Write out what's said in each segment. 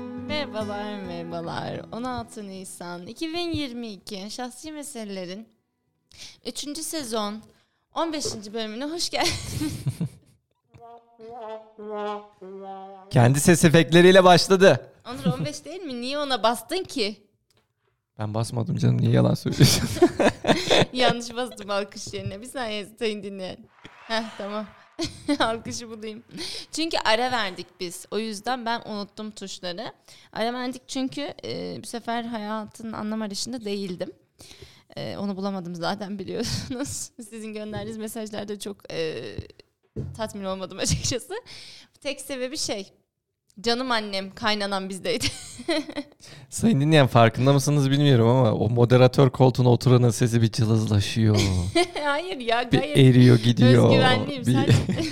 Merhabalar merhabalar. 16 Nisan 2022 Şahsi Meselelerin 3. sezon 15. bölümüne hoş geldiniz. Kendi ses efektleriyle başladı. Onur 15 değil mi? Niye ona bastın ki? Ben basmadım canım niye yalan söylüyorsun? Yanlış bastım alkış yerine. Bir saniye sayın dinleyen. Heh tamam. Alkışı bulayım. Çünkü ara verdik biz. O yüzden ben unuttum tuşları. Ara verdik çünkü e, bu sefer hayatın anlam arayışında değildim. E, onu bulamadım zaten biliyorsunuz. Sizin gönderdiğiniz mesajlarda çok e, tatmin olmadım açıkçası. Tek sebebi şey. Canım annem kaynanan bizdeydi. Sayın dinleyen farkında mısınız bilmiyorum ama o moderatör koltuğuna oturanın sesi bir cılızlaşıyor. Hayır ya bir gayet eriyor gidiyor. özgüvenliyim. Bir- Sadece-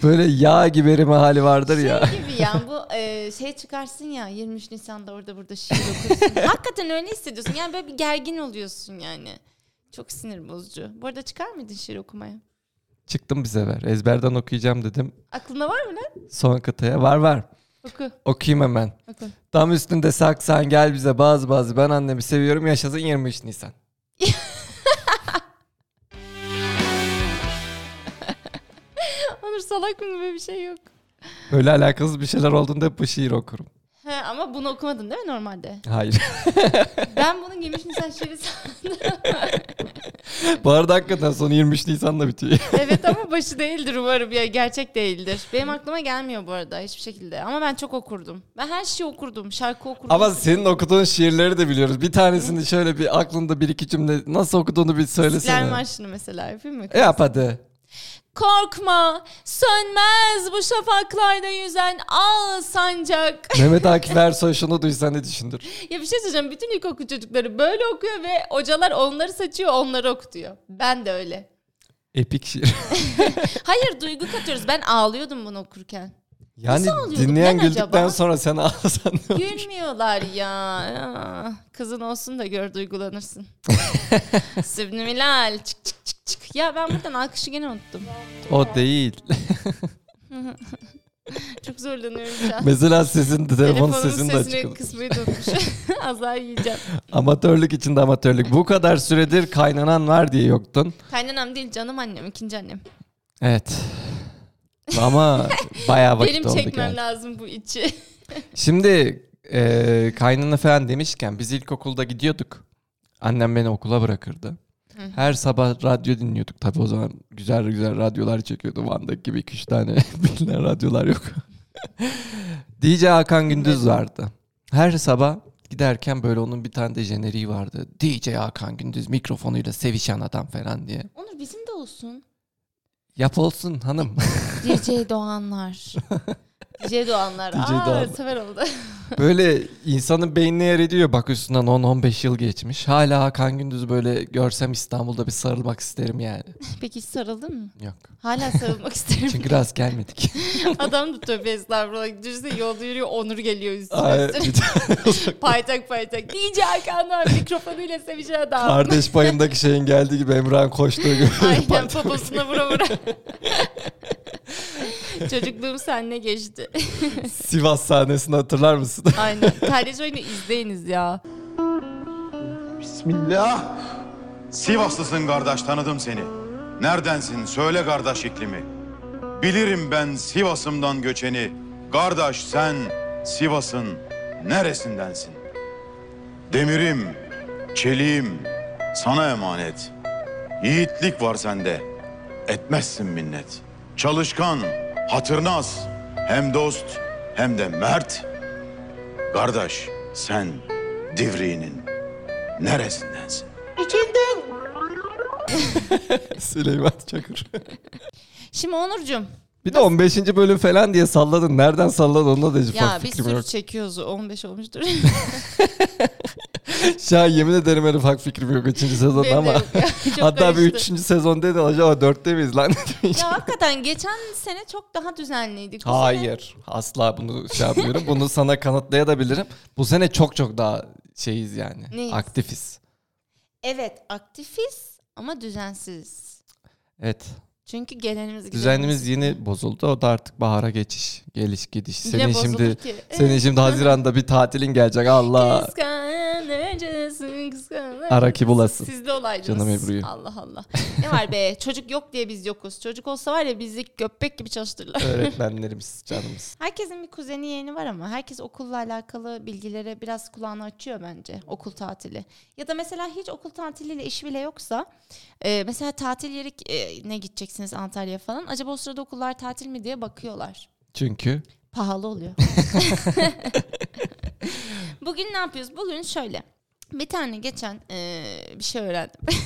böyle yağ gibi erime hali vardır şey ya. gibi ya bu e, şey çıkarsın ya 23 Nisan'da orada burada şiir okursun. Hakikaten öyle hissediyorsun. Yani böyle bir gergin oluyorsun yani. Çok sinir bozucu. Bu arada çıkar mıydın şiir okumaya? Çıktım bir sefer. Ezberden okuyacağım dedim. Aklında var mı lan? Son kıtaya var var. Oku. Okuyayım hemen. Oku. Tam üstünde saksan gel bize bazı bazı ben annemi seviyorum yaşasın 23 Nisan. Onur salak mı böyle bir şey yok. Böyle alakasız bir şeyler olduğunda hep bu şiir okurum. He, ama bunu okumadın değil mi normalde? Hayır. Ben bunun 23 Nisan şiiri sandım. bu arada hakikaten son 23 Nisan'da bitiyor. evet ama başı değildir umarım. Ya, gerçek değildir. Benim aklıma gelmiyor bu arada hiçbir şekilde. Ama ben çok okurdum. Ben her şeyi okurdum. Şarkı okurdum. Ama senin okuduğun şiirleri de biliyoruz. Bir tanesini şöyle bir aklında bir iki cümle nasıl okuduğunu bir İstiklal söylesene. E Marşı'nı mesela yapayım mı? Yap hadi. Korkma, sönmez bu şafaklarda yüzen al sancak. Mehmet Akif Ersoy şunu duysa ne düşünür? ya bir şey söyleyeceğim, bütün ilkokul çocukları böyle okuyor ve hocalar onları saçıyor, onları okutuyor. Ben de öyle. Epik şiir. Hayır, duygu katıyoruz. Ben ağlıyordum bunu okurken. Yani ağlıyorduk? dinleyen Neden güldükten acaba? sonra sen ağlasan ne olur? Gülmüyorlar ya. Ya, Kızın olsun da gör duygulanırsın. Sübnüminal, çık çık çık çık. Ya ben buradan alkışı gene unuttum. O değil. Çok zorlanıyorum şu an. Mesela sesin telefon Telefonun sesini de açık. sesini olur. kısmayı da unutmuşum. Azar yiyeceğim. Amatörlük içinde amatörlük. Bu kadar süredir kaynanan var diye yoktun. Kaynanam değil canım annem ikinci annem. Evet. Ama bayağı vakit Benim oldu çekmem geldi. lazım bu içi. Şimdi e, kaynana falan demişken biz ilkokulda gidiyorduk. Annem beni okula bırakırdı. Her sabah radyo dinliyorduk. Tabii o zaman güzel güzel radyolar çekiyordu. Van'daki gibi iki üç tane bilinen radyolar yok. DJ Hakan Gündüz vardı. Her sabah giderken böyle onun bir tane de jeneriği vardı. DJ Hakan Gündüz mikrofonuyla sevişen adam falan diye. Onur bizim de olsun. Yap olsun hanım. DJ Doğanlar. DJ Doğanlar. DJ Aa Doğanlar. sever oldu. Böyle insanın beynine yer ediyor. Bak üstünden 10-15 yıl geçmiş. Hala Hakan Gündüz böyle görsem İstanbul'da bir sarılmak isterim yani. Peki hiç sarıldın mı? Yok. Hala sarılmak isterim. Çünkü rast gelmedik. Adam da tövbe estağfurullah. Düşünsene yolda yürüyor Onur geliyor üstüne. Ay, üstüne. bir tane paytak paytak. DJ Hakanlar mikrofonuyla sevişen adam. Kardeş payındaki şeyin geldiği gibi Emrah'ın koştuğu gibi. Aynen poposuna vura vura. Çocukluğum seninle geçti. Sivas sahnesini hatırlar mısın? Aynen. Kardeş oyunu izleyiniz ya. Bismillah. Sivaslısın kardeş tanıdım seni. Neredensin söyle kardeş iklimi. Bilirim ben Sivas'ımdan göçeni. Kardeş sen Sivas'ın neresindensin? Demirim, çeliğim sana emanet. Yiğitlik var sende. Etmezsin minnet. Çalışkan, hatırnaz. Hem dost hem de mert. Kardeş sen Divriğinin neresindensin? Süleyman Çakır. Şimdi Onurcuğum. Bir de 15. bölüm falan diye salladın. Nereden salladın onda da hiç Ya ufak bir fikrim sürü yok. çekiyoruz. 15 olmuştur. Şu an yemin ederim en ufak fikrim yok 3. sezonda Benim de ama. yok ya. Çok Hatta bir karıştı. 3. sezon dedin acaba 4'te miyiz lan? Ya hakikaten geçen sene çok daha düzenliydik. Bu sene- Hayır. Asla bunu şey yapmıyorum. bunu sana kanıtlayabilirim. Bu sene çok çok daha şeyiz yani. Neyiz? Aktifiz. Evet aktifiz ama düzensiz. Evet. Çünkü gelenimiz Düzenimiz yeni bozuldu. O da artık bahara geçiş, geliş gidiş. gidenimiz Senin yine bozuldu şimdi ki. senin şimdi Haziran'da bir tatilin gelecek. Allah. Kıskanıcısın, kıskanıcısın. Araki bulasın. Siz de olaycınız. Canım Ebru'yu. Allah Allah. Ne var be çocuk yok diye biz yokuz. Çocuk olsa var ya bizi göbek gibi çalıştırırlar. Öğretmenlerimiz canımız. Herkesin bir kuzeni yeğeni var ama herkes okulla alakalı bilgilere biraz kulağını açıyor bence okul tatili. Ya da mesela hiç okul tatiliyle iş bile yoksa e, mesela tatil yeri e, ne gideceksiniz Antalya falan acaba o sırada okullar tatil mi diye bakıyorlar. Çünkü Pahalı oluyor. Bugün ne yapıyoruz? Bugün şöyle. Bir tane geçen e, bir şey öğrendim.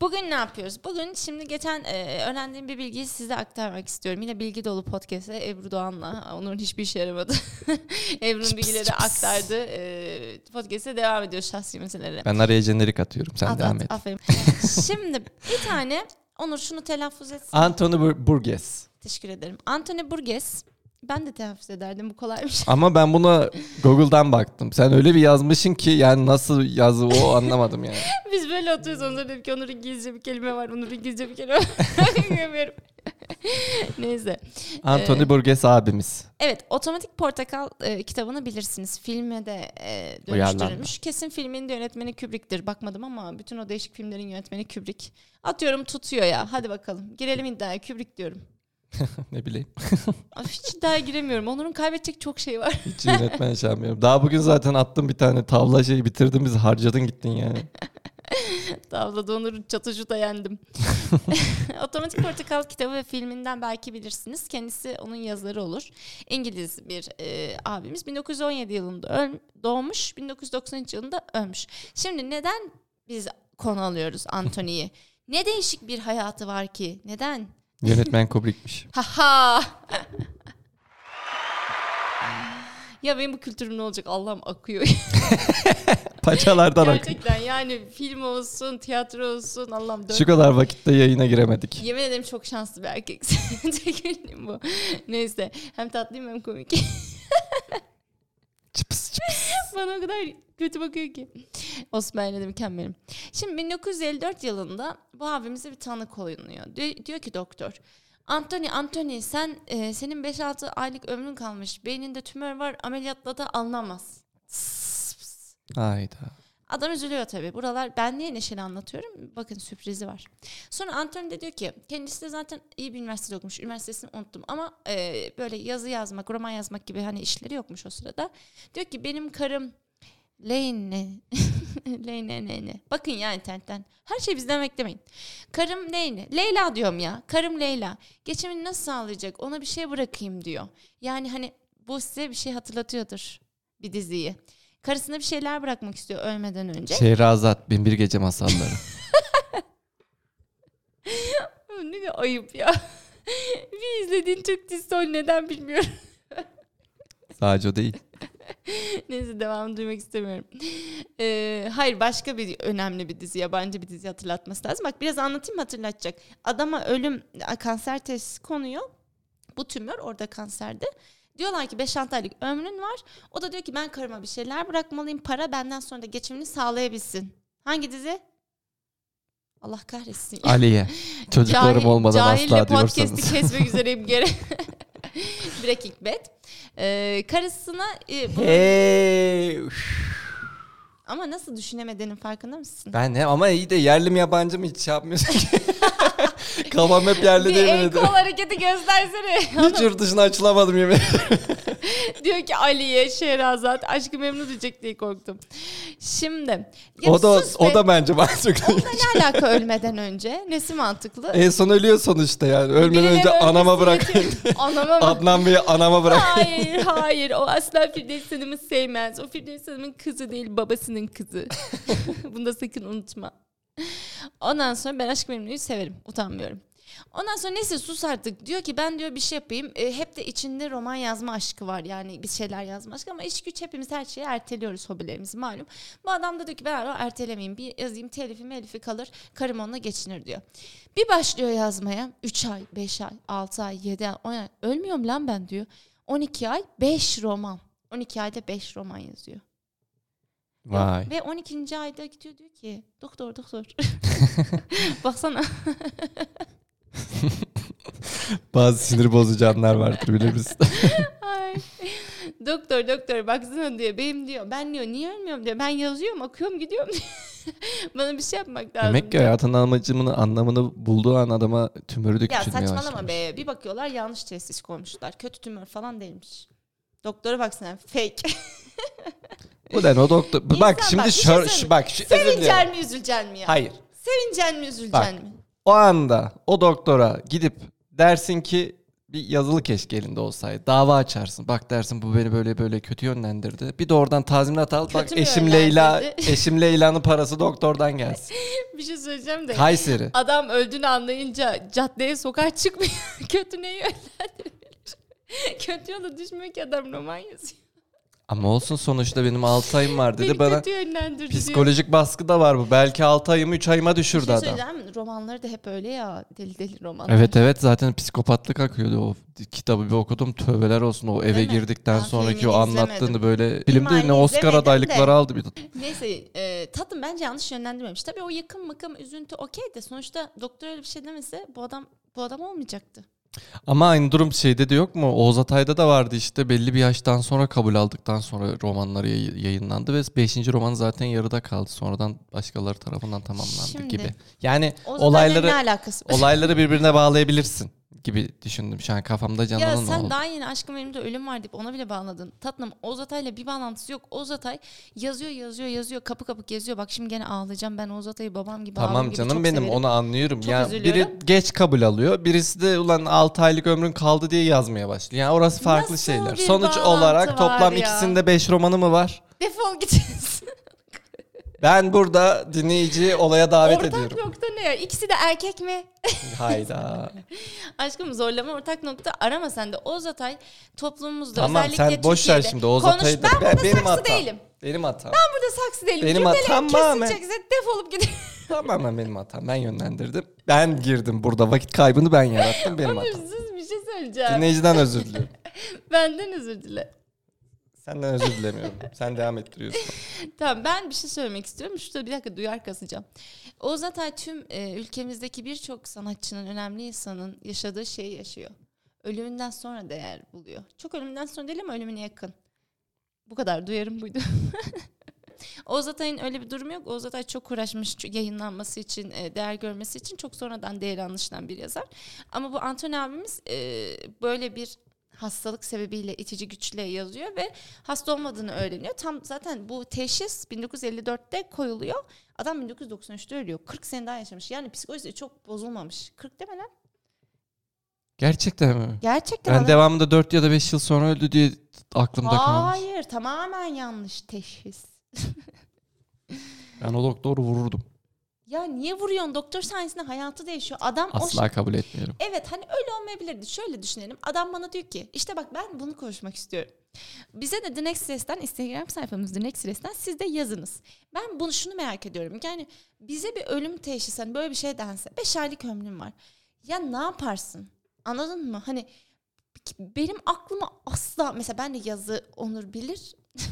Bugün ne yapıyoruz? Bugün şimdi geçen e, öğrendiğim bir bilgiyi size aktarmak istiyorum. Yine bilgi dolu podcast'e Ebru Doğan'la. Onun hiçbir işe yaramadı. Ebru'nun bilgileri aktardı. E, podcast'e devam ediyor şahsi meselelere. ben araya jenerik atıyorum. Sen At, devam at, et. aferin. şimdi bir tane Onur şunu telaffuz etsin. Anthony Bur- Burgess. Teşekkür ederim. Anthony Burgess. Ben de telaffuz ederdim bu kolaymış. Ama ben buna Google'dan baktım. Sen öyle bir yazmışsın ki yani nasıl yazı o anlamadım yani. Biz böyle oturuyoruz onlara dedim ki Onur İngilizce bir kelime var. Onur İngilizce bir kelime var. Bilmiyorum. Neyse. Anthony Burgess abimiz. Evet Otomatik Portakal e, kitabını bilirsiniz. Filme de e, Uyarlandı. dönüştürülmüş. Kesin filmin de yönetmeni Kubrick'tir. Bakmadım ama bütün o değişik filmlerin yönetmeni Kubrick. Atıyorum tutuyor ya. Hadi bakalım. Girelim iddiaya. Kubrick diyorum. ne bileyim. Ay, Hiç iddiaya giremiyorum. Onur'un kaybedecek çok şey var. Hiç yönetmen şey yapmıyorum. Daha bugün zaten attım bir tane tavla şeyi bitirdim biz harcadın gittin yani. Tavlada Onur'un çatıcı da yendim. Otomatik Portakal kitabı ve filminden belki bilirsiniz. Kendisi onun yazarı olur. İngiliz bir e, abimiz. 1917 yılında öl- doğmuş, 1993 yılında ölmüş. Şimdi neden biz konu alıyoruz Anthony'yi? ne değişik bir hayatı var ki? Neden? Yönetmen Kubrick'miş. Haha! ya benim bu kültürüm ne olacak? Allah'ım akıyor. Paçalardan akıyor. Gerçekten yani film olsun, tiyatro olsun. Allah'ım dön. Şu kadar vakitte yayına giremedik. Yemin ederim çok şanslı bir erkeksin. Tek ünlüyüm bu. Neyse. Hem tatlıyım hem komik. Çıpıs çıpıs. Bana o kadar kötü bakıyor ki. Osmanlı'da mükemmelim. Şimdi 1954 yılında bu abimize bir tanı koyuluyor. Diyor, diyor ki doktor. Anthony, Anthony sen e, senin 5-6 aylık ömrün kalmış. Beyninde tümör var. Ameliyatla da alınamaz. Hayda. Adam üzülüyor tabii. Buralar ben niye neşeli anlatıyorum? Bakın sürprizi var. Sonra Anthony de diyor ki kendisi de zaten iyi bir üniversitede okumuş. Üniversitesini unuttum ama e, böyle yazı yazmak, roman yazmak gibi hani işleri yokmuş o sırada. Diyor ki benim karım Leyne. Leyne ne ne. Bakın ya internetten. Her şey bizden beklemeyin. Karım Leyne. Leyla diyorum ya. Karım Leyla. Geçimini nasıl sağlayacak? Ona bir şey bırakayım diyor. Yani hani bu size bir şey hatırlatıyordur. Bir diziyi. Karısına bir şeyler bırakmak istiyor ölmeden önce. Şehrazat Binbir Gece Masalları. Ne de ayıp ya. bir izlediğin Türk dizisi o neden bilmiyorum. Sadece o değil. Neyse devamını duymak istemiyorum. Ee, hayır başka bir önemli bir dizi yabancı bir dizi hatırlatması lazım. Bak biraz anlatayım mı hatırlatacak. Adama ölüm a, kanser teşhisi konuyor. Bu tümör orada kanserde. Diyorlar ki 5-6 aylık ömrün var. O da diyor ki ben karıma bir şeyler bırakmalıyım. Para benden sonra da geçimini sağlayabilsin. Hangi dizi? Allah kahretsin. ya. Aliye. Çocuklarım Cahil- olmadan asla diyorsanız. podcast'i kesmek üzereyim geri. Breaking Bad. Ee, karısına e, bu- Hey. ama nasıl düşünemediğinin farkında mısın? Ben hem ama iyi de yerli mi yabancı mı hiç şey yapmıyorsun ki. Kafam hep yerli Bir değil el mi kol hareketi göstersene. Hiç yurt dışına açılamadım yemin Diyor ki Ali'ye Şehrazat aşkı memnun diyecek diye korktum. Şimdi ya O da sus be. o da bence mantıklı. ne alaka ölmeden önce? Nesi mantıklı? en son ölüyor sonuçta yani. Ölmeden Birileri önce ölmesi anama bırakayım. yetiyor. Anama mı? Adnan Bey'i anama bırak. Hayır hayır o asla Firdevs Hanım'ı sevmez. O Firdevs Hanım'ın kızı değil babasının kızı. Bunu da sakın unutma. Ondan sonra ben aşk memnuyu severim utanmıyorum. Ondan sonra neyse sus artık diyor ki ben diyor bir şey yapayım. E, hep de içinde roman yazma aşkı var yani bir şeyler yazma aşkı ama iş güç hepimiz her şeyi erteliyoruz hobilerimizi malum. Bu adam da diyor ki ben ara ertelemeyeyim bir yazayım telifim elifi kalır karım onunla geçinir diyor. Bir başlıyor yazmaya 3 ay 5 ay 6 ay 7 ay 10 ay ölmüyorum lan ben diyor. 12 ay 5 roman. 12 ayda 5 roman yazıyor. Vay. Ve 12. ayda gidiyor diyor ki doktor doktor. Baksana. Bazı sinir bozucu anlar vardır bilir misin? Ay. doktor doktor baksana diyor. Benim diyor. Ben diyor niye ölmüyorum diyor. Ben yazıyorum okuyorum gidiyorum diyor. Bana bir şey yapmak lazım. Demek ki diyor. hayatın anlamını, anlamını bulduğu an adama tümörü de Ya küçülmeye saçmalama başlamış. be. Bir bakıyorlar yanlış tesis koymuşlar. Kötü tümör falan değilmiş. Doktora baksana fake. Bu da ne o doktor? İnsan bak şimdi bak, bir şey şör- söyle. bak şu- özür Sevincen dilerim. mi üzüleceksin mi ya? Hayır. Sevincen mi üzüleceksin Bak. mi? O anda o doktora gidip dersin ki bir yazılı keşke elinde olsaydı. Dava açarsın. Bak dersin bu beni böyle böyle kötü yönlendirdi. Bir de oradan tazminat al. bak mü eşim Leyla, yönlendirdi? eşim Leyla'nın parası doktordan gelsin. Bir şey söyleyeceğim de. Kayseri. Adam öldüğünü anlayınca caddeye sokağa çıkmıyor. Kötü neyi yönlendirebilir? Kötü yola düşmüyor ki adam roman yazıyor. Ama olsun sonuçta benim 6 ayım var dedi Beni bana. kötü yönlendirdi diyor. Psikolojik baskı da var bu. Belki 6 ayımı 3 ayıma Bir düşürdü şey adam. söyleyeceğim romanları da hep öyle ya deli deli romanlar. Evet evet zaten psikopatlık akıyordu o kitabı bir okudum tövbeler olsun o eve mi? girdikten Ben sonraki o filmini anlattığını izlemedim. böyle filmde ne halini Oscar izlemedim adaylıkları de. aldı bir Neyse e, tatlım bence yanlış yönlendirmemiş. Tabii o yakın makam üzüntü okey de sonuçta doktor öyle bir şey demese bu adam bu adam olmayacaktı. Ama aynı durum şeyde de yok mu? Oğuz Atay'da da vardı işte belli bir yaştan sonra kabul aldıktan sonra romanları yay- yayınlandı ve 5. roman zaten yarıda kaldı. Sonradan başkaları tarafından tamamlandı Şimdi, gibi. Yani O zaman ne olayları alakası var? olayları birbirine bağlayabilirsin gibi düşündüm. Şu an kafamda Ya canlanan sen oldu. daha yeni aşkım benim de ölüm var deyip ona bile bağladın. Tatlım Oğuz Atay'la bir bağlantısı yok. Oğuz Atay yazıyor yazıyor yazıyor kapı kapı geziyor. Bak şimdi gene ağlayacağım ben Oğuz Atay'ı babam gibi abim Tamam gibi canım çok benim severim. onu anlıyorum. Çok ya biri üzülüyorum. geç kabul alıyor. Birisi de ulan 6 aylık ömrün kaldı diye yazmaya başlıyor. Yani orası farklı Nasıl şeyler. bir Sonuç bağlantı olarak var toplam ya? ikisinde 5 romanı mı var? Defol gideceğiz. Ben burada dinleyici olaya davet ortak ediyorum. nokta ne ya? İkisi de erkek mi? Hayda. Aşkım zorlama ortak nokta arama sen de. Oğuz Atay toplumumuzda tamam özellikle sen boş ver Türkiye'de- şimdi Oğuz Konuş- Atay'ı da. Ben burada Ben- benim saksı hatam. değilim. Benim hatam. Ben burada saksı değilim. Benim Benim hatam hatam tamamen- kesilecekse defolup gidin. Tamamen benim hatam. Ben yönlendirdim. Ben girdim burada. Vakit kaybını ben yarattım. Benim hatam. Hırsız bir şey söyleyeceğim. Dinleyiciden özür diliyorum. Benden özür dile. Senden özür dilemiyorum. Sen devam ettiriyorsun. Tamam ben bir şey söylemek istiyorum. Şurada bir dakika duyar kasacağım. Oğuz Atay tüm e, ülkemizdeki birçok sanatçının, önemli insanın yaşadığı şeyi yaşıyor. Ölümünden sonra değer buluyor. Çok ölümünden sonra değil ama ölümüne yakın. Bu kadar duyarım buydu. Oğuz Atay'ın öyle bir durumu yok. Oğuz Atay çok uğraşmış çünkü yayınlanması için, e, değer görmesi için çok sonradan değeri anlaşılan bir yazar. Ama bu Anton abimiz e, böyle bir hastalık sebebiyle itici güçle yazıyor ve hasta olmadığını öğreniyor. Tam zaten bu teşhis 1954'te koyuluyor. Adam 1993'te ölüyor. 40 sene daha yaşamış. Yani psikolojisi çok bozulmamış. 40 deme lan. Gerçekten mi? Gerçekten Ben adam- devamında 4 ya da 5 yıl sonra öldü diye aklımda kalmış. Hayır tamamen yanlış teşhis. Ben o doktoru vururdum. Ya niye vuruyorsun? Doktor sayesinde hayatı değişiyor. Adam o Asla kabul etmiyorum. Evet hani öyle olmayabilirdi. Şöyle düşünelim. Adam bana diyor ki işte bak ben bunu konuşmak istiyorum. Bize de The Next Res'ten Instagram sayfamız The Next Res'ten siz de yazınız. Ben bunu şunu merak ediyorum. Yani bize bir ölüm teşhisi hani böyle bir şey dense 5 aylık ömrüm var. Ya ne yaparsın? Anladın mı? Hani benim aklıma asla mesela ben de yazı Onur bilir.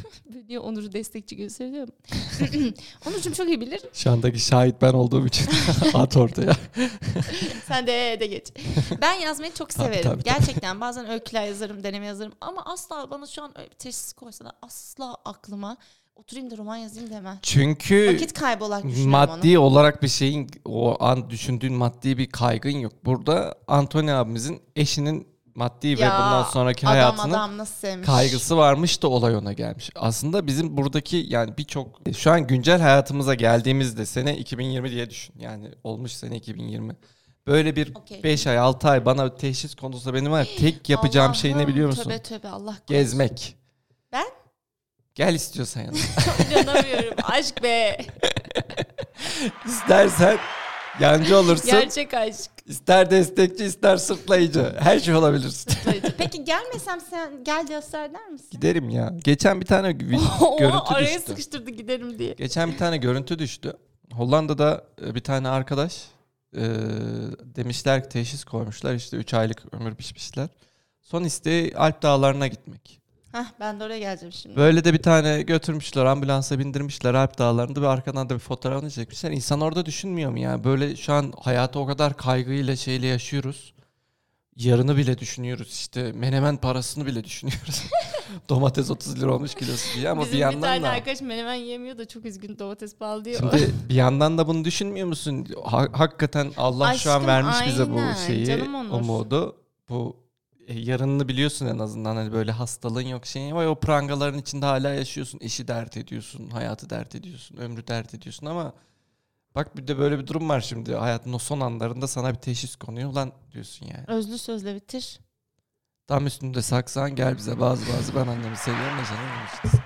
Niye Onur'u destekçi gösteriyorum? Onur'cum çok iyi bilir. Şu andaki şahit ben olduğum için at ortaya. Sen de ee de geç. Ben yazmayı çok Tabii, severim. tabii, tabii. Gerçekten bazen öyküler yazarım, deneme yazarım. Ama asla bana şu an öyle bir teşhis koysa da asla aklıma oturayım da roman yazayım demem. Çünkü Vakit kaybı olarak düşünüyorum onu. maddi olarak bir şeyin o an düşündüğün maddi bir kaygın yok. Burada Anthony abimizin eşinin maddi ve Ya, bundan sonraki adam hayatının adam nasıl sevmiş. kaygısı varmış da olay ona gelmiş. Aslında bizim buradaki yani birçok şu an güncel hayatımıza geldiğimizde sene 2020 diye düşün. Yani olmuş sene 2020. Böyle bir Okey. 5 ay 6 ay bana teşhis konusunda benim var. ya, Tek yapacağım şey ne Allah'ım, biliyor musun? Tövbe tövbe Allah korusun. Gezmek. Ben? Gel istiyorsan yanıma. İnanamıyorum. Aşk be. İstersen yancı olursun. Gerçek aşk. İster destekçi ister sırtlayıcı. Her şey olabilirsin. Peki gelmesem sen gel diye ısrar eder misin? Giderim ya. Geçen bir tane vi- Oha, görüntü araya düştü. sıkıştırdı giderim diye. Geçen bir tane görüntü düştü. Hollanda'da e, bir tane arkadaş e, demişler ki teşhis koymuşlar işte 3 aylık ömür pişmişler. Son isteği Alp dağlarına gitmek. Hah ben de oraya geleceğim şimdi. Böyle de bir tane götürmüşler ambulansa bindirmişler Alp dağlarında ve arkadan da bir fotoğrafını çekmişler. İnsan orada düşünmüyor mu ya? Böyle şu an hayatı o kadar kaygıyla şeyle yaşıyoruz. yarını bile düşünüyoruz işte menemen parasını bile düşünüyoruz. Domates 30 lira olmuş kilosu diye ama Bizim bir bir yandan tane da arkadaş menemen yemiyor da çok üzgün domates pahalı diyor. şimdi bir yandan da bunu düşünmüyor musun? Ha- hakikaten Allah şu an Aşkım, vermiş bize bu aynen. şeyi, Canım Onur. umudu. Bu e, yarınını biliyorsun en azından hani böyle hastalığın yok şeyin var. O prangaların içinde hala yaşıyorsun. İşi dert ediyorsun, hayatı dert ediyorsun, ömrü dert ediyorsun ama bak bir de böyle bir durum var şimdi. Hayatın o son anlarında sana bir teşhis konuyor lan diyorsun yani. Özlü sözle bitir. Tam üstünde saksan gel bize bazı bazı ben annemi seviyorum da sen olmuyorsun.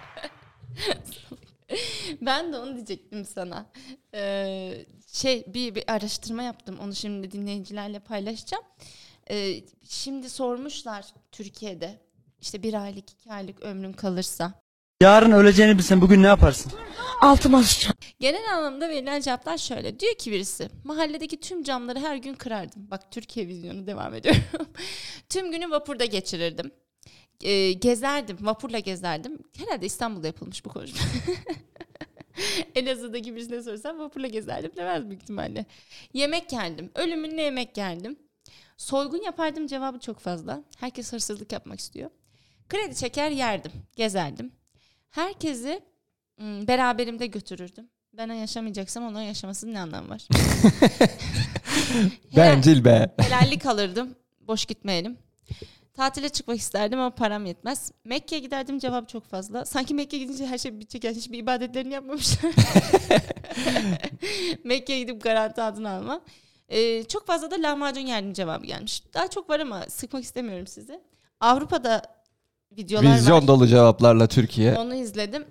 Ben de onu diyecektim sana. Ee, şey bir, bir araştırma yaptım. Onu şimdi dinleyicilerle paylaşacağım. Ee, şimdi sormuşlar Türkiye'de işte bir aylık iki aylık ömrün kalırsa. Yarın öleceğini bilsen bugün ne yaparsın? Altıma sıçacağım. Genel anlamda verilen cevaplar şöyle. Diyor ki birisi mahalledeki tüm camları her gün kırardım. Bak Türkiye vizyonu devam ediyorum. tüm günü vapurda geçirirdim. Ee, gezerdim, vapurla gezerdim. Herhalde İstanbul'da yapılmış bu konuşma. Elazığ'daki birisine sorsam vapurla gezerdim demez büyük ihtimalle. Yemek yerdim. Ölümünle yemek yerdim. Soygun yapardım cevabı çok fazla. Herkes hırsızlık yapmak istiyor. Kredi çeker yerdim. Gezerdim. Herkesi Hmm, beraberimde götürürdüm. Ben yaşamayacaksam onların yaşamasının ne anlamı var? Bencil be. Helallik alırdım. Boş gitmeyelim. Tatile çıkmak isterdim ama param yetmez. Mekke'ye giderdim cevap çok fazla. Sanki Mekke'ye gidince her şey bitecek. Yani hiçbir ibadetlerini yapmamışlar. Mekke'ye gidip garanti altına alma. Ee, çok fazla da lahmacun yerdim cevabı gelmiş. Daha çok var ama sıkmak istemiyorum sizi. Avrupa'da videolar var. Vizyon dolu cevaplarla Türkiye. Onu izledim.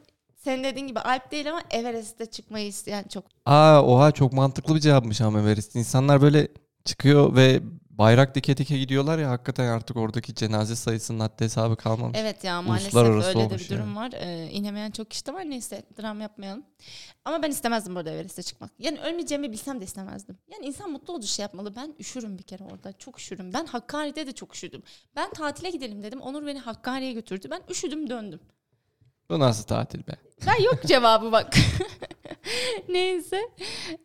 Senin dediğin gibi Alp değil ama Everest'e çıkmayı isteyen çok. Aa oha çok mantıklı bir cevapmış ama Everest. İnsanlar böyle çıkıyor ve bayrak dike dike gidiyorlar ya hakikaten artık oradaki cenaze sayısının haddi hesabı kalmamış. Evet ya maalesef Uluslararası öyle de bir olmuş durum yani. var. Ee, inemeyen çok kişi de var. Neyse dram yapmayalım. Ama ben istemezdim burada Everest'e çıkmak. Yani ölmeyeceğimi bilsem de istemezdim. Yani insan mutlu olduğu şey yapmalı. Ben üşürüm bir kere orada. Çok üşürüm. Ben Hakkari'de de çok üşüdüm. Ben tatile gidelim dedim. Onur beni Hakkari'ye götürdü. Ben üşüdüm döndüm. Bu nasıl tatil be? Ben yok cevabı bak. Neyse.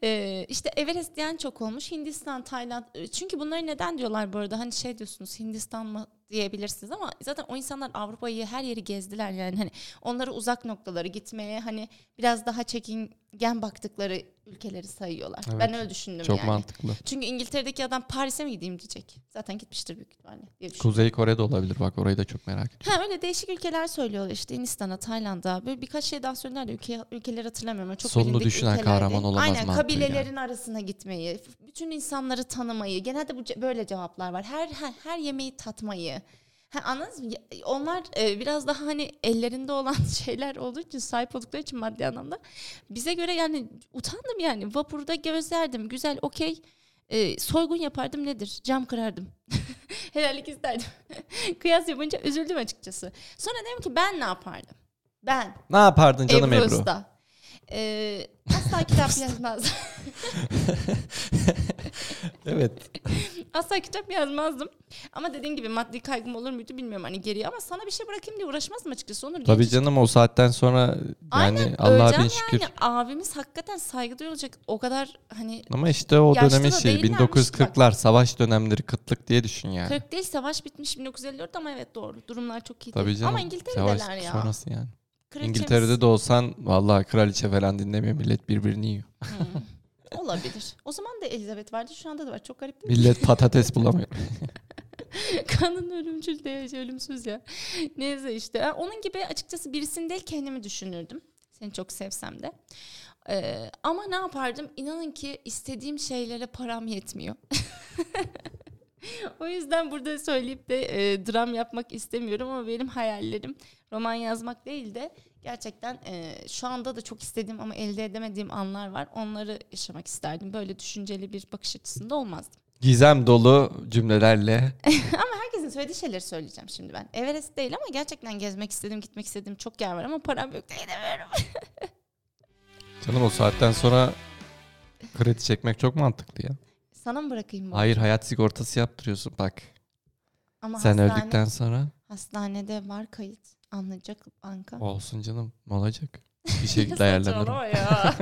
Ee, işte Everest diyen çok olmuş. Hindistan, Tayland. Ee, Çünkü bunları neden diyorlar bu arada? Hani şey diyorsunuz Hindistan mı diyebilirsiniz ama zaten o insanlar Avrupa'yı her yeri gezdiler yani hani onları uzak noktaları gitmeye hani biraz daha çekingen baktıkları ülkeleri sayıyorlar. Evet. Ben öyle düşündüm Çok yani. mantıklı. Çünkü İngiltere'deki adam Paris'e mi gideyim diyecek. Zaten gitmiştir büyük ihtimalle diye düşünüyorum. Kuzey Kore de olabilir bak orayı da çok merak ediyorum. Ha öyle değişik ülkeler söylüyorlar işte Hindistan'a, Tayland'a. Böyle birkaç şey daha söylüyorlar da ülke, ülkeleri hatırlamıyorum. ama Çok Sonunu bilindik düşünen ülkeler kahraman değil. olamaz Aynen mantığı kabilelerin arasına gitmeyi, f- bütün insanları tanımayı. Genelde bu ce- böyle cevaplar var. Her her, her yemeği tatmayı. Ha, anladınız mı? Ya- Onlar e, biraz daha hani ellerinde olan şeyler olduğu için sahip oldukları için maddi anlamda bize göre yani utandım yani vapurda gözlerdim güzel okey E, soygun yapardım nedir cam kırardım helallik isterdim kıyas yapınca üzüldüm açıkçası sonra dedim ki ben ne yapardım ben Ne yapardın canım Ebru, Ebru? Usta E, asla kitap yazmazdım Evet. asla kitap yazmazdım ama dediğin gibi maddi kaygım olur muydu bilmiyorum hani geriye ama sana bir şey bırakayım diye uğraşmazdım açıkçası Onur Tabii genç- canım o saatten sonra yani Aynen, Allah'a öleceğim bin şükür. yani abimiz hakikaten saygı duyulacak o kadar hani Ama işte o Yaşlı dönemin da şeyi değillermiş 1940'lar savaş dönemleri kıtlık diye düşün yani. 40 değil savaş bitmiş 1954 ama evet doğru. Durumlar çok iyi Tabii değil. canım. Ama İngiltere'deler savaş ya. sonrası yani. Kraliçemiz- İngiltere'de de olsan vallahi kraliçe falan dinlemiyor millet birbirini yiyor. olabilir. O zaman da Elizabeth vardı şu anda da var. Çok garip değil mi? Millet patates bulamıyor. Kanun ölümcül değil, şey, ölümsüz ya. Neyse işte. Ha, Onun gibi açıkçası birisini değil kendimi düşünürdüm. Seni çok sevsem de. Ee, ama ne yapardım? İnanın ki istediğim şeylere param yetmiyor. o yüzden burada söyleyip de e, dram yapmak istemiyorum ama benim hayallerim roman yazmak değil de gerçekten e, şu anda da çok istediğim ama elde edemediğim anlar var. Onları yaşamak isterdim. Böyle düşünceli bir bakış açısında olmazdı. Gizem dolu cümlelerle Herkesin söylediği şeyleri söyleyeceğim şimdi ben. Everest değil ama gerçekten gezmek istedim, gitmek istedim çok yer var ama param yok da gidemiyorum. Canım o saatten sonra kredi çekmek çok mantıklı ya. Sana mı bırakayım bunu? Hayır hayat sigortası yaptırıyorsun bak. Ama Sen hastane, öldükten sonra Hastanede var kayıt. Anlayacak banka. olsun canım olacak. bir şey şekilde ayarlanırım. Saçmalama ya.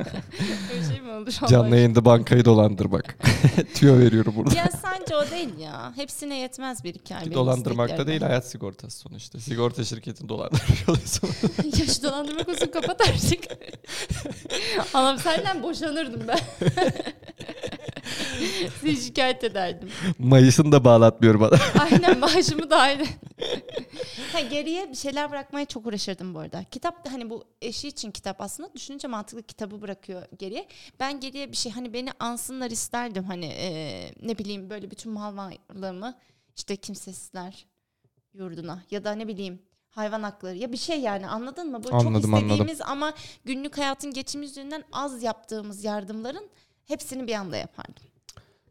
Öyle şey mi olur? Allah Canlı yayında bankayı dolandırmak. Tüyo veriyorum burada. Ya sence o değil ya. Hepsine yetmez bir hikaye. benim Dolandırmakta isteklerim. değil hayat sigortası sonuçta. Sigorta şirketini dolandırıyorsun. ya şu dolandırma konusunu kapat artık. Anam senden boşanırdım ben. Seni şikayet ederdim. Mayıs'ını da bağlatmıyor bana. Aynen maaşımı da aynı. ha, geriye bir şeyler bırakmaya çok uğraşırdım bu arada. Kitap da hani bu eşi için kitap aslında düşününce mantıklı kitabı bırakıyor geriye. Ben geriye bir şey hani beni ansınlar isterdim hani e, ne bileyim böyle bütün mal varlığımı işte kimsesizler yurduna ya da ne bileyim hayvan hakları ya bir şey yani anladın mı? Bu çok Anladım, anladım. istediğimiz ama günlük hayatın geçim yüzünden az yaptığımız yardımların hepsini bir anda yapardım.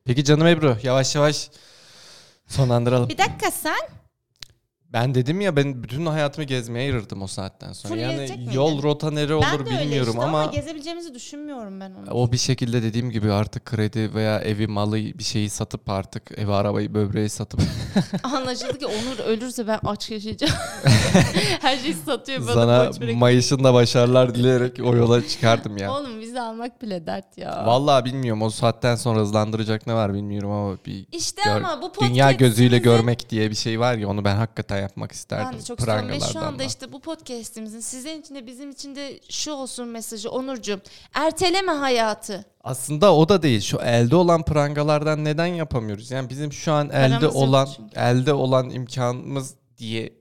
Peki canım Ebru yavaş yavaş sonlandıralım. Bir dakika sen Ben dedim ya ben bütün hayatımı gezmeye ayırırdım o saatten sonra. Full gezecek yani miydin? yol rota nere olur ben de öyle bilmiyorum işte ama... ama gezebileceğimizi düşünmüyorum ben onu. o bir şekilde dediğim gibi artık kredi veya evi malı bir şeyi satıp artık evi arabayı böbreği satıp Anlaşıldı ki Onur ölürse ben aç yaşayacağım. Her şeyi satıyor bana sana koç bırakıyor. Mayıs'ın da başarılar dileyerek o yola çıkardım ya. Oğlum vize almak bile dert ya. Vallahi bilmiyorum o saatten sonra hızlandıracak ne var bilmiyorum ama bir işte gör- ama bu podcast dünya gözüyle görmek diye bir şey var ya onu ben hakikaten yapmak isterdim. ben de çok istiyorum ve şu Prangalardan anda da. işte bu podcastimizin sizin için de bizim için de şu olsun mesajı Onurcuğum. Erteleme hayatı. Aslında o da değil. Şu elde olan prangalardan neden yapamıyoruz? Yani bizim şu an elde Paramız yok olan çünkü. elde olan imkanımız diye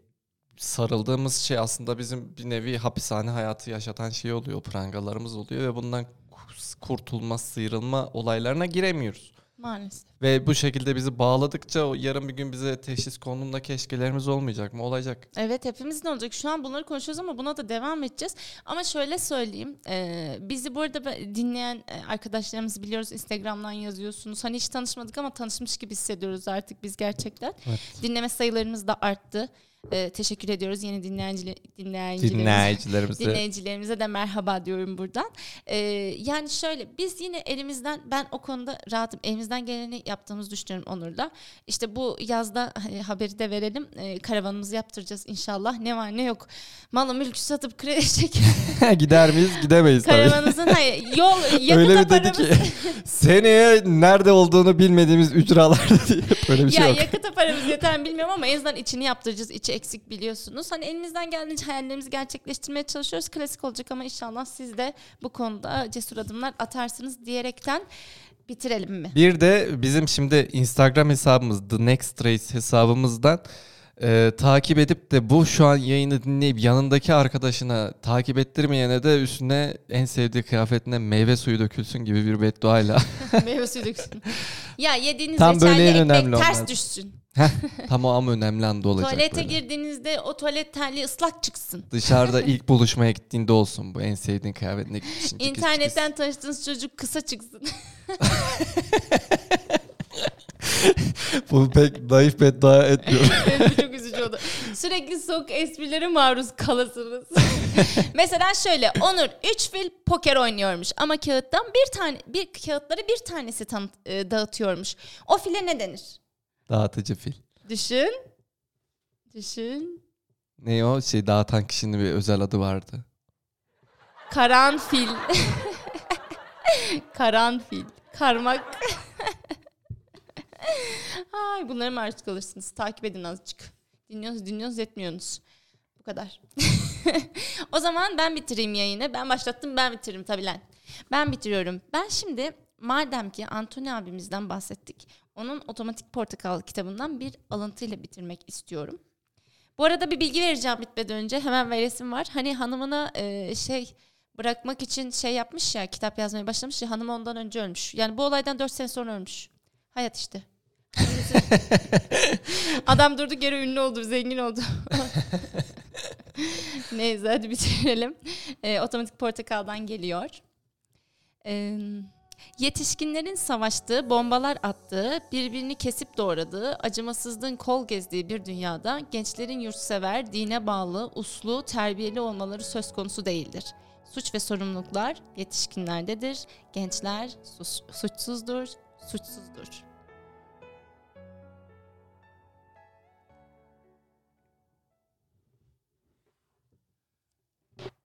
sarıldığımız şey aslında bizim bir nevi hapishane hayatı yaşatan şey oluyor. O Prangalarımız oluyor ve bundan kus- kurtulma, sıyrılma olaylarına giremiyoruz. Maalesef. Ve bu şekilde bizi bağladıkça o yarın bir gün bize teşhis konumunda keşkelerimiz olmayacak mı? Olacak. Evet hepimizin olacak. Şu an bunları konuşuyoruz ama buna da devam edeceğiz. Ama şöyle söyleyeyim. e, bizi bu arada be- dinleyen e, arkadaşlarımızı biliyoruz. Instagram'dan yazıyorsunuz. Hani hiç tanışmadık ama tanışmış gibi hissediyoruz artık biz gerçekten. Dinleme sayılarımız da arttı. E, teşekkür ediyoruz yeni dinleyicile- dinleyicilerimize. Dinleyicilerimize. Dinleyicilerimize de merhaba diyorum buradan. E, yani şöyle biz yine elimizden ben o konuda rahatım. Elimizden geleni yaptığımızı düşünüyorum Onur'la. İşte bu yazda e, haberi de verelim. E, karavanımızı yaptıracağız inşallah. Ne var ne yok. Malı mülkü satıp kredi çekip Gider miyiz? Gidemeyiz tabii. karavanımızın hayır, yol yakıta Öyle bir dedi paramız- ki seneye nerede olduğunu bilmediğimiz ücralarda diye böyle bir şey ya yok. yakıta paramız yeter mi bilmiyorum ama en azından içini yaptıracağız. İçi eksik biliyorsunuz. Hani elimizden geldiğince hayallerimizi gerçekleştirmeye çalışıyoruz. Klasik olacak ama inşallah siz de bu konuda cesur adımlar atarsınız diyerekten bitirelim mi? Bir de bizim şimdi Instagram hesabımız The Next Race hesabımızdan e, takip edip de bu şu an yayını dinleyip yanındaki arkadaşına takip ettirmeyene de üstüne en sevdiği kıyafetine meyve suyu dökülsün gibi bir bedduayla Meyve suyu döksün. ya yediğiniz Tam reçelde böyle en ekmek önemli ters onlar. düşsün. tam o an önemli anda olacak Tuvalete böyle. girdiğinizde o tuvalet terliği ıslak çıksın. Dışarıda ilk buluşmaya gittiğinde olsun bu en sevdiğin kıyafetine gitmişsin. Cikiz cikiz. İnternetten tanıştığınız çocuk kısa çıksın. Bu pek naif beddua etmiyor. Bu çok üzücü oldu. Sürekli soğuk esprilere maruz kalasınız. Mesela şöyle Onur 3 fil poker oynuyormuş ama kağıttan bir tane bir kağıtları bir tanesi tanı- e, dağıtıyormuş. O file ne denir? Dağıtıcı fil. Düşün. Düşün. Ne o şey dağıtan kişinin bir özel adı vardı. Karanfil. Karanfil. Karmak. Ay bunlara maruz kalırsınız. Takip edin azıcık. Dinliyorsunuz dinliyorsunuz etmiyorsunuz. Bu kadar. o zaman ben bitireyim yayını. Ben başlattım ben bitiririm tabii lan. Ben bitiriyorum. Ben şimdi madem ki Anthony abimizden bahsettik. Onun Otomatik Portakal kitabından bir alıntıyla bitirmek istiyorum. Bu arada bir bilgi vereceğim bitmeden önce. Hemen veresim var. Hani hanımına e, şey bırakmak için şey yapmış ya kitap yazmaya başlamış ya hanım ondan önce ölmüş. Yani bu olaydan 4 sene sonra ölmüş. Hayat işte. Adam durdu geri ünlü oldu, zengin oldu. Neyse hadi bitirelim. E, otomatik portakaldan geliyor. E, Yetişkinlerin savaştığı, bombalar attığı, birbirini kesip doğradığı, acımasızlığın kol gezdiği bir dünyada gençlerin yurtsever, dine bağlı, uslu, terbiyeli olmaları söz konusu değildir. Suç ve sorumluluklar yetişkinlerdedir, gençler sus- suçsuzdur, suçsuzdur.